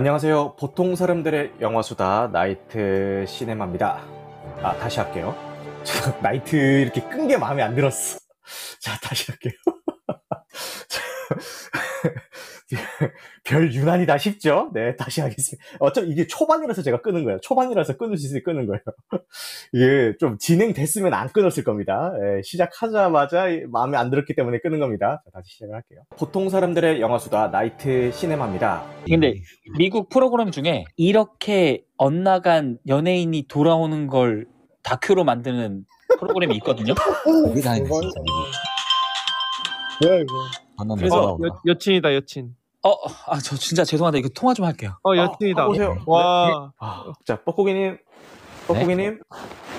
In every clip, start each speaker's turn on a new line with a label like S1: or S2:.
S1: 안녕하세요. 보통 사람들의 영화수다 나이트 시네마입니다. 아, 다시 할게요. 저 나이트 이렇게 끈 게 마음에 안 들었어. 자, 다시 할게요. 자, 별 유난이다 싶죠? 네, 다시 하겠습니다. 어차피 이게 초반이라서 제가 끄는 거예요. 초반이라서 끊을 수 있으면 끄는 거예요. 이게 좀 진행됐으면 안 끊었을 겁니다. 예, 시작하자마자 마음에 안 들었기 때문에 끄는 겁니다. 자, 다시 시작을 할게요. 보통 사람들의 영화수다 나이트 시네마입니다.
S2: 근데 미국 프로그램 중에 이렇게 엇나간 연예인이 돌아오는 걸 다큐로 만드는 프로그램이 있거든요.
S3: 여기 다니는
S4: 이건-
S3: 거죠.
S4: 뭐야 이거?
S3: 만나면
S2: 그래서
S3: 그래서
S4: 여, 여친이다 여친.
S2: 어, 아, 저 진짜 죄송한데 이거 통화 좀 할게요.
S4: 어
S1: 아,
S4: 여친이다.
S1: 보세요.
S4: 와.
S1: 아, 자, 뻐꾸기님, 뻐꾸기님,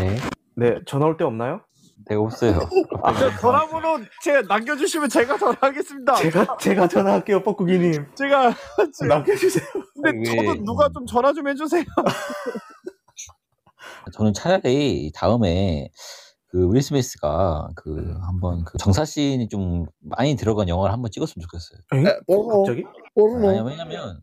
S3: 네,
S1: 네. 전화 올 때 없나요?
S3: 네 없어요.
S4: 아, 저 전화번호 제 남겨주시면 제가 전화하겠습니다.
S1: 제가 제가 전화할게요, 뻐꾸기님.
S4: 제가
S1: 남겨주세요.
S4: 근데
S3: 왜-
S4: 저도 누가 좀 전화 좀 해주세요.
S3: 저는 차라리 다음에 그 윌 스미스가
S2: 음.
S3: 그 한번 그 정사신이 좀 많이 들어간 영화를 한번 찍었으면 좋겠어요.
S1: 갑자기?
S3: 아니, 왜냐면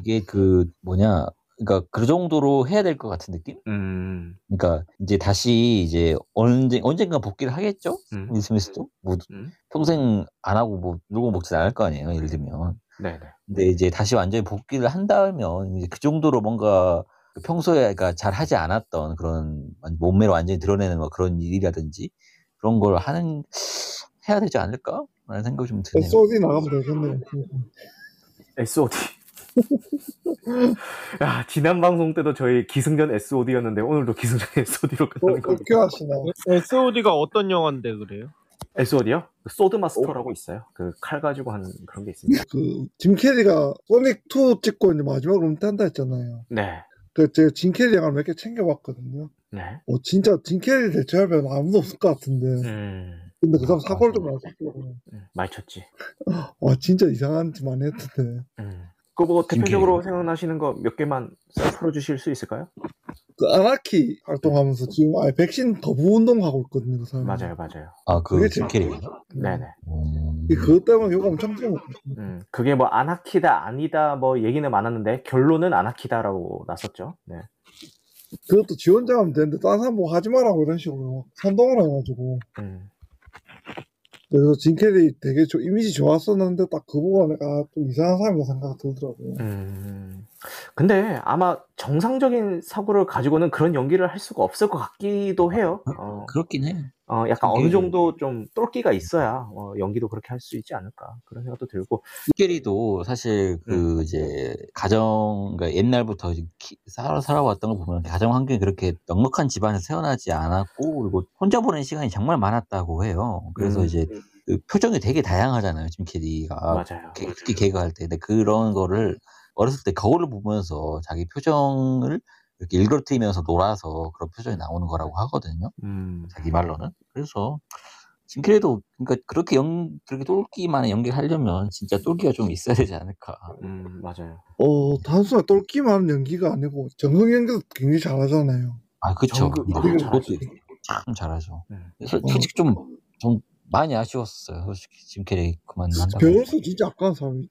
S3: 이게 그 뭐냐, 그러니까 그 정도로 해야 될 것 같은 느낌?
S1: 음,
S3: 그러니까 이제 다시 이제 언제 언젠가 복귀를 하겠죠?
S1: 음,
S3: 윌 스미스도 뭐
S1: 음.
S3: 평생 안 하고 뭐 놀고 먹지 않을 거 아니에요, 예를 들면.
S1: 네, 네.
S3: 근데 이제 다시 완전히 복귀를 한다면 이제 그 정도로 뭔가 그 평소에 그러니까 잘 하지 않았던 그런 완- 몸매를 완전히 드러내는 뭐 그런 일이라든지 그런 걸 하는 해야 되지 않을까라는 생각이 좀 드네요.
S4: SOD 나가면 되겠네요.
S1: SOD. 야, 지난 방송 때도 저희 기승전 SOD였는데 오늘도 기승전 SOD로 끝나는
S5: 어,
S1: 겁니다.
S4: 웃겨하시나. SOD가 어떤 영화인데 그래요?
S1: SOD요? 그 소드 마스터라고 있어요. 그 칼 가지고 하는 그런 게 있습니다.
S5: 그, 짐 캐리가 소닉 2 찍고 이제 마지막으로 은퇴한다 했잖아요.
S1: 네,
S5: 그, 제가 짐 캐리 영화를 몇 개 챙겨봤거든요.
S1: 네.
S5: 어, 진짜 짐 캐리 대체할 배우 아무도 없을 것 같은데.
S1: 음,
S5: 근데 그 사람 사고를 좀 났었고.
S1: 음, 많이 쳤지.
S5: 와, 아, 진짜 이상한 짓 많이 했던데.
S1: 음. 그뭐 대표적으로
S3: 김기리.
S1: 생각나시는 거 몇 개만 썰 풀어주실 수 있을까요?
S5: 그 아나키 활동하면서 지금 아예 백신 거부 운동하고 있거든요, 그 사람.
S1: 네. 맞아요, 맞아요.
S3: 아그 어,
S5: 그게
S3: 짐캐리.
S1: 네, 네.
S5: 그것 때문에 요가 엄청 찍어.
S1: 음, 그게 뭐 아나키다 아니다 뭐 얘기는 많았는데 결론은 아나키다라고 났었죠. 네.
S5: 그것도 지원자 하면 되는데, 딴 사람 뭐 하지 마라고 이런 식으로 막 선동을 해가지고.
S1: 음,
S5: 그래서 짐 캐리 되게 저, 이미지 좋았었는데, 딱 그 보고 내가 아, 좀 이상한 사람이라 생각이 들더라고요.
S1: 음. 근데 아마 정상적인 사고를 가지고는 그런 연기를 할 수가 없을 것 같기도 해요. 어,
S3: 그렇긴 해.
S1: 어, 약간
S3: 그게-
S1: 어느 정도 좀 똘끼가 있어야 어, 연기도 그렇게 할 수 있지 않을까 그런 생각도 들고.
S3: 짐캐리도 사실 그
S5: 네.
S3: 이제 가정 그러니까 옛날부터 이제 키- 살아 살아왔던 걸 보면 가정 환경이 그렇게 넉넉한 집안에서 태어나지 않았고 그리고 혼자 보낸 시간이 정말 많았다고 해요. 그래서
S1: 음.
S3: 이제 그 표정이 되게 다양하잖아요, 짐캐리가.
S1: 맞아요.
S3: 개- 특히 개그할 때. 근데 그런 거를 어렸을 때 거울을 보면서 자기 표정을 이렇게 일그러뜨리면서 놀아서 그런 표정이 나오는 거라고 하거든요.
S1: 음,
S3: 자기 말로는. 그래서 짐캐리도 그러니까 그렇게 연 그렇게 똘끼만의 연기를 하려면 진짜 똘끼가 좀 있어야 되지 않을까.
S1: 음, 맞아요.
S5: 어, 단순히 똘끼만 하는 연기가 아니고 정성 연기도 굉장히 잘하잖아요.
S3: 아 그렇죠.
S1: 정극-
S3: 그것도
S1: 정극
S3: 참 잘하죠.
S1: 음.
S3: 그래서 솔직히 좀 좀 많이 아쉬웠어요. 솔직히 짐캐리 그만둔다고.
S5: 배우로서 진짜 아까운 사람이.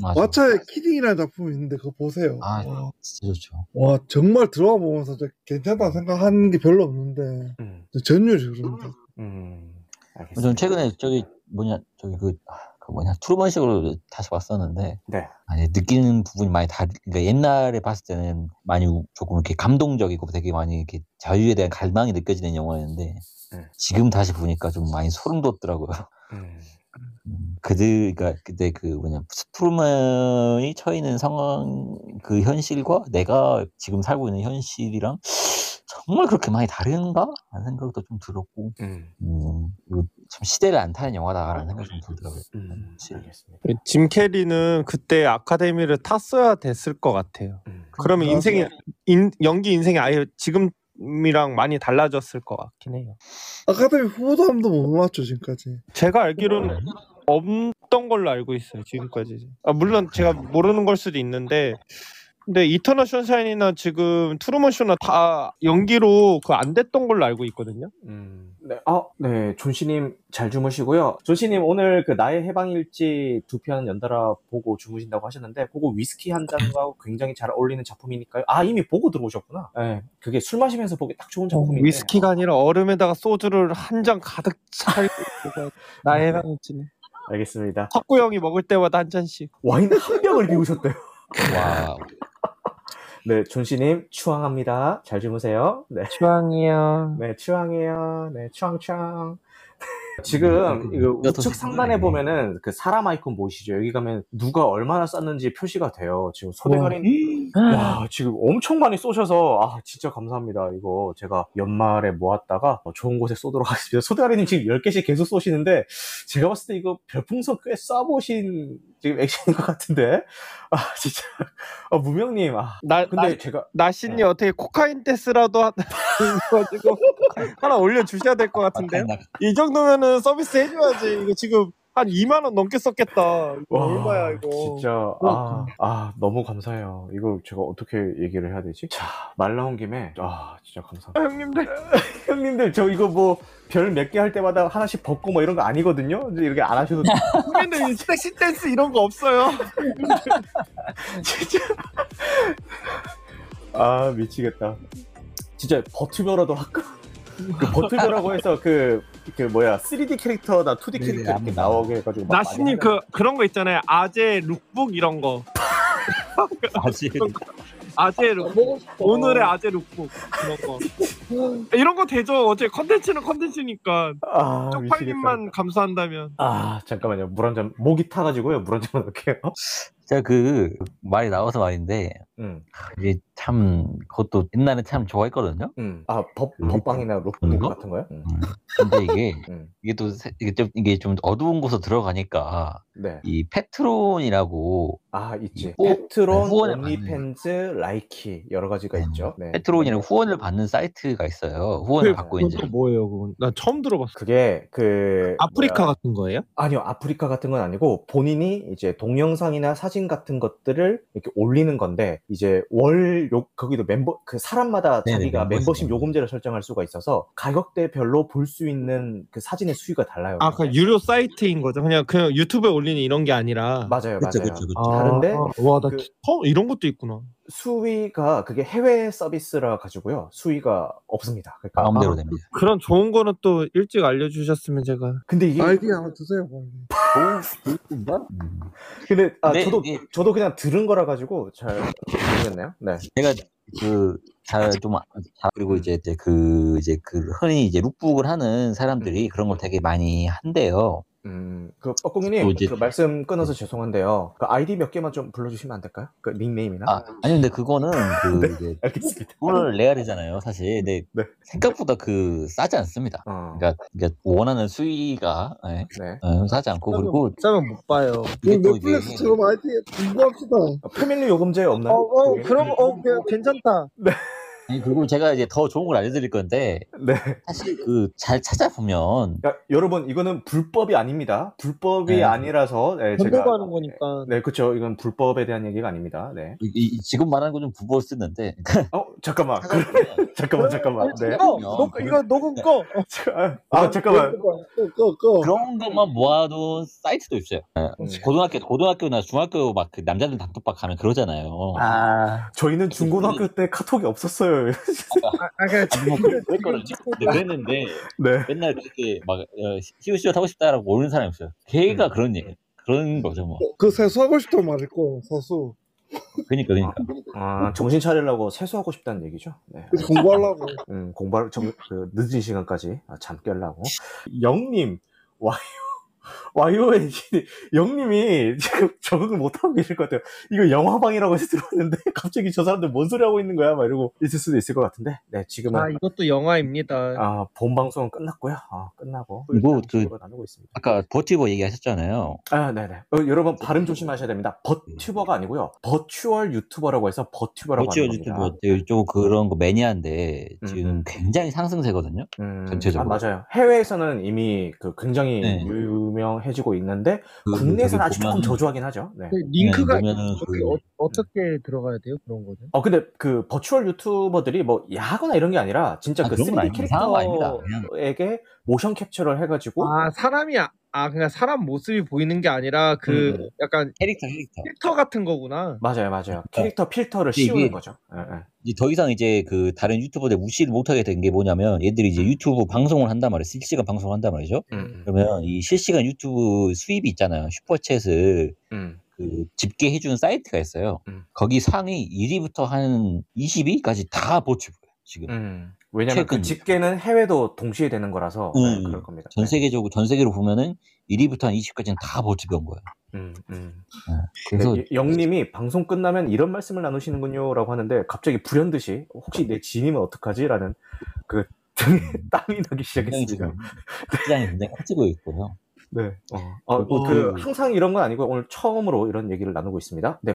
S3: 맞아.
S5: 와차의 어. 키딩이라는 작품이 있는데 그거 보세요.
S3: 아.
S5: 와,
S3: 진짜 좋죠.
S5: 와, 정말 들어와 보면서 저 괜찮다 생각하는 게 별로 없는데
S1: 음,
S5: 저 전율이 그런다.
S1: 음, 알겠습니다.
S3: 뭐 저는 최근에 저기 뭐냐 저기 그, 아, 그 뭐냐 트루먼식으로 다시 봤었는데
S1: 네.
S3: 아니, 느끼는 부분이 많이 다르 그러니까 옛날에 봤을 때는 많이 우- 조금 이렇게 감동적이고 되게 많이 이렇게 자유에 대한 갈망이 느껴지는 영화였는데
S1: 네.
S3: 지금 다시 보니까 좀 많이 소름 돋더라고요.
S1: 음,
S3: 음, 그들 그러니까 그때 그 뭐냐 트루먼이 처해 있는 상황 그 현실과 내가 지금 살고 있는 현실이랑 정말 그렇게 많이 다른가? 라는 생각도 좀 들었고
S1: 음,
S3: 음, 그리고 참 시대를 안 타는
S4: 아,
S3: 영화다라는 생각이 좀
S4: 그렇죠.
S3: 들더라고요.
S1: 음, 알겠습니다.
S4: 짐 캐리는 그때 아카데미를 탔어야 됐을 것 같아요.
S1: 음.
S4: 그러면
S5: 맞아요.
S4: 인생이 인- 연기 인생이 아예 지금이랑 많이 달라졌을 것 같긴 해요.
S5: 아카데미 후보도 한 번도 못 맞죠 지금까지.
S4: 제가 알기로는 없던 걸로 알고 있어요 지금까지. 아, 물론 제가 모르는 걸 수도 있는데 근데 이터널 션샤인이나 지금 트루먼쇼나 다 연기로 그 안 됐던 걸로 알고 있거든요.
S1: 음. 네, 아, 네, 존씨님 잘 주무시고요. 존씨님 오늘 그 나의 해방일지 두 편 연달아 보고 주무신다고 하셨는데, 보고 위스키 한 잔과 굉장히 잘 어울리는 작품이니까요. 아, 이미 보고 들어오셨구나. 네, 그게 술 마시면서 보기 딱 좋은
S4: 네.
S1: 작품인데.
S4: 위스키가 아니라 얼음에다가 소주를 한 잔 가득 찰 나의 해방일지네.
S1: 알겠습니다.
S4: 석구 형이 먹을 때마다 한 잔씩.
S1: 와인 한 병을 비우셨대요.
S3: 와,
S1: 네, 존씨님 추앙합니다. 잘 주무세요. 네.
S4: 취향이야.
S1: 네, 추앙이에요. 네, 추앙추앙. 지금 이거 우측 상단에 보면은 그 사람 아이콘 보이시죠? 여기 가면 누가 얼마나 쌌는지 표시가 돼요. 지금 소대가리
S4: 아.
S1: 와 지금 엄청 많이 쏘셔서 아 진짜 감사합니다. 이거 제가 연말에 모았다가 어, 좋은 곳에 쏘도록 하겠습니다. 소대가리님 지금 10개씩 계속 쏘시는데 제가 봤을 때 이거 별풍선 꽤 쏴보신 지금 액션인 것 같은데 아 진짜 아, 무명님 아
S4: 나
S1: 근데
S4: 근데 네.
S1: 제가
S4: 나신이 어떻게 코카인 테스라도 하- 가지고 하나 올려 주셔야 될 것 같은데요.
S3: 나
S4: 이 정도면은 서비스 해줘야지. 이거 지금 한 2만 원 넘게 썼겠다. 이거
S1: 와,
S4: 얼마야 이거.
S1: 진짜 아, 아 너무 감사해요. 이거 제가 어떻게 얘기를 해야 되지? 자 말 나온 김에 아 진짜
S4: 아,
S1: 감사합니다.
S4: 형님들
S1: 형님들 저 이거 뭐 별 몇 개 할 때마다 하나씩 벗고 뭐 이런 거 아니거든요. 이제 이렇게 안 하셔도
S4: 우리는 섹시 댄스 이런 거 없어요.
S1: 진짜 아 미치겠다. 진짜 버튜버라도 할까? 그 버튜버라고 해서 그, 그 뭐야 3D 캐릭터나 2D
S3: 네,
S1: 캐릭터 이렇게
S3: 압니다.
S1: 나오게 해가지고 막
S4: 나신님
S1: 많이
S4: 그 그런 거 있잖아요. 아재 룩북 이런 거.
S3: 아직
S4: 아재 룩. 오늘의 아재 룩북 이런 거. 이런 거 되죠. 어제 컨텐츠는 컨텐츠니까.
S1: 하잖아요. 아, 미치겠다.
S4: 쪽팔림만 감수한다면.
S1: 아 잠깐만요 물 한 잔 목이 타가지고요 물 한 잔만 넣을게요.
S3: 제가 그 말이 나와서 말인데
S1: 음.
S3: 이게 참 그것도 옛날에 참 좋아했거든요.
S1: 음. 아, 법,
S3: 음.
S1: 법방이나 록
S3: 그런 거?
S1: 같은 거요? 음.
S3: 근데 이게
S1: 음.
S3: 이게 또 세- 이게 좀 이게 좀 어두운 곳으로 들어가니까
S1: 네.
S3: 이 페트론이라고
S1: 아, 있지.
S3: 호-
S1: 페트론,
S3: 네, 후원을
S1: 온리팬즈, 라이키 여러 가지가
S3: 네.
S1: 있죠. 네.
S3: 페트론이라고 후원을 받는 사이트가 있어요. 후원을 받고 이제
S4: 뭐예요, 네. 그건? 나 처음 들어봤어.
S1: 그게 그 뭐야?
S4: 같은 거예요?
S1: 아니요 아프리카 같은 건 아니고 본인이 이제 동영상이나 사진 같은 것들을 이렇게 올리는 건데 이제 월요 거기도 멤버 그 사람마다
S3: 네네,
S1: 자기가
S3: 멤버십.
S1: 멤버십 요금제를 설정할 수가 있어서 가격대별로 볼 수 있는 그 사진의 수위가 달라요.
S4: 아, 그 유료 사이트인 거죠. 그냥 그냥 유튜브에 올리는 이런 게 아니라.
S1: 그러니까. 맞아요,
S3: 그쵸
S1: 맞아요.
S3: 그쵸 그쵸.
S1: 다른데
S4: 와나
S1: 그-
S4: 어, 이런 것도 있구나.
S1: 수위가 그게 해외 서비스라 가지고요. 수위가 없습니다.
S4: 뭐,
S1: 그러니까
S3: 마음대로
S1: 아,
S3: 됩니다.
S4: 그런 좋은 거는 또 일찍 알려주셨으면 제가
S1: 근데 이게
S5: 아이디 하나 주세요. 빨리.
S3: 음.
S1: 근데 아
S3: 근데
S1: 저도
S3: 이게-
S1: 저도 그냥 들은 거라 가지고 잘 모르겠네요. 네.
S3: 제가 그잘좀 그리고 이제 이제 그 이제 그 흔히 이제 룩북을 하는 사람들이 그런 걸 되게 많이 한대요.
S1: 음그
S3: 또
S1: 뻐꾸미님
S3: 이제-
S1: 그 말씀 끊어서 죄송한데요. 그 아이디 몇 개만 좀 불러주시면 안 될까요? 그 닉네임이나.
S3: 아 아니 근데 그거는 그 이제
S1: 알겠습니다.
S3: 돈을 내야 되잖아요 사실. 근데
S1: 네.
S3: 생각보다 그 싸지 않습니다.
S1: 어,
S3: 그러니까, 그러니까 원하는 수위가 예,
S1: 네.
S3: 어, 싸지 않고 그리고
S4: 짜면 못 봐요.
S3: 이게 또 이게
S5: 넷플릭스처럼 아이디 공부합시다.
S1: 아, 패밀리 요금제
S4: 어,
S1: 없나요?
S6: 어,
S1: 그게?
S4: 괜찮다.
S3: 아니, 그리고 제가 이제 더 좋은 걸 알려드릴 건데
S1: 네.
S3: 사실 그 잘 찾아보면
S1: 야, 그러니까 여러분 이거는 불법이 아닙니다. 불법이
S3: 네.
S1: 아니라서 네, 제가
S4: 정보가는 거니까.
S1: 네, 그렇죠. 이건 불법에 대한 얘기가 아닙니다. 네.
S3: 이- 이- 지금 말하는 건 좀 부부어 쓰는데
S1: 어, 잠깐만. 그-
S3: 찾아보면
S1: 잠깐만, 잠깐만. 네.
S4: 꺼! 녹- 이거 녹음 꺼.
S1: 자, 아,
S5: 네,
S1: 잠깐만.
S5: 꺼, 꺼, 꺼.
S3: 그런 것만 모아둔 사이트도 있어요. 예.
S4: 네.
S1: 음.
S3: 고등학교 고등학교나 중학교 막 그 남자들 단톡방 가면 그러잖아요.
S1: 아, 네. 저희는 중고등학교 때 카톡이 없었어요.
S5: 아, 그냥
S3: 뭐 그럴 거를 근데 그랬는데
S1: 네.
S3: 맨날 그렇게 막 시우시우 타고 싶다라고 모르는 사람이 없어요. 걔가
S1: 음.
S3: 그런 얘기 그런 거죠 뭐.
S5: 그 세수하고 싶다고 말했고, 세수.
S3: 그러니까 그러니까.
S1: 아, 정신 차리려고 세수하고 싶다는 얘기죠. 네.
S5: 그래서 공부하려고.
S1: 음, 공부할, 정, 그, 늦은 시간까지 아, 잠 깨려고. 영님, 와요. 와요의 이- 영님이 지금 적응을 못하고 계실 것 같아요. 이거 영화방이라고 해서 들어왔는데, 갑자기 저 사람들 뭔 소리 하고 있는 거야? 막 이러고 있을 수도 있을 것 같은데, 네,
S4: 아
S1: 지금은,
S4: 이것도 영화입니다.
S1: 아, 본방송은 끝났고요. 아, 끝나고.
S3: 이거 그-
S1: 얘기로 나누고 있습니다.
S3: 아까 버티버 얘기하셨잖아요.
S1: 아, 네네. 어, 여러분 발음 조심하셔야 됩니다. 버튜버가 아니고요. 버추얼 유튜버라고 해서 버튜버라고
S3: 버티버
S1: 하는 겁니다.
S3: 유튜브 되게 좀 그런 거 매니아인데 지금
S1: 음.
S3: 굉장히 상승세거든요.
S1: 음,
S3: 전체적으로.
S1: 아, 맞아요. 해외에서는 이미 그 굉장히
S3: 네.
S1: 유명해지고 있는데
S3: 그-
S1: 국내에서는
S3: 거기
S1: 아직 조금
S3: 보면은-
S1: 저조하긴 하죠. 네.
S6: 그 링크가
S3: 보면은
S6: 거기
S3: 그-
S6: 어, 어떻게 들어가야 돼요 그런 거는?
S1: 어 근데 그 버추얼 유튜버들이 뭐 야하거나 이런 게 아니라 진짜
S3: 아,
S1: 그
S3: 그런 건
S1: 3D
S3: 아닙니다. 이상한 거 아닙니다.
S1: 캐릭터에게 모션 캡처를 해가지고
S6: 아 사람이 아, 아 그냥 사람 모습이 보이는 게 아니라 그
S1: 음.
S6: 약간
S3: 캐릭터 캐릭터.
S6: 필터 같은 거구나.
S1: 맞아요 맞아요 캐릭터 필터를
S3: 네. 이게-
S1: 씌우는 거죠. 예, 예.
S3: 이제 더 이상 이제 그 다른 유튜버들 무시를 못하게 된 게 뭐냐면 얘들이 이제 유튜브 방송을 한단 말이에요. 실시간 방송을 한단 말이죠.
S1: 음, 음,
S3: 그러면 이 실시간 유튜브 수입이 있잖아요. 슈퍼챗을
S1: 음.
S3: 그 집계해주는 사이트가 있어요.
S1: 음.
S3: 거기 상위 1위부터 한 20위까지 다 보츠부예요. 지금
S1: 음. 왜냐면 그
S3: 최근.
S1: 집계는 해외도 동시에 되는 거라서 네,
S3: 음,
S1: 그럴 겁니다.
S3: 전
S1: 네.
S3: 세계적으로 전 세계로 보면은 1위부터 한 20까지는 다 보츠인 거예요.
S1: 음, 음.
S3: 그래서
S1: 네, 영님이 방송 끝나면 이런 말씀을 나누시는군요라고 하는데 갑자기 불현듯이 혹시 내 진임은 어떡하지라는 그 등에 땀이 나기
S3: 굉장히
S1: 시작했습니다.
S3: 지금 시장이 굉장히 커지고 있고요.
S1: 네. 어, 어,
S3: 그리고
S1: 그
S3: 그-
S1: 항상 이런 건 아니고 오늘 처음으로 이런 얘기를 나누고 있습니다. 네,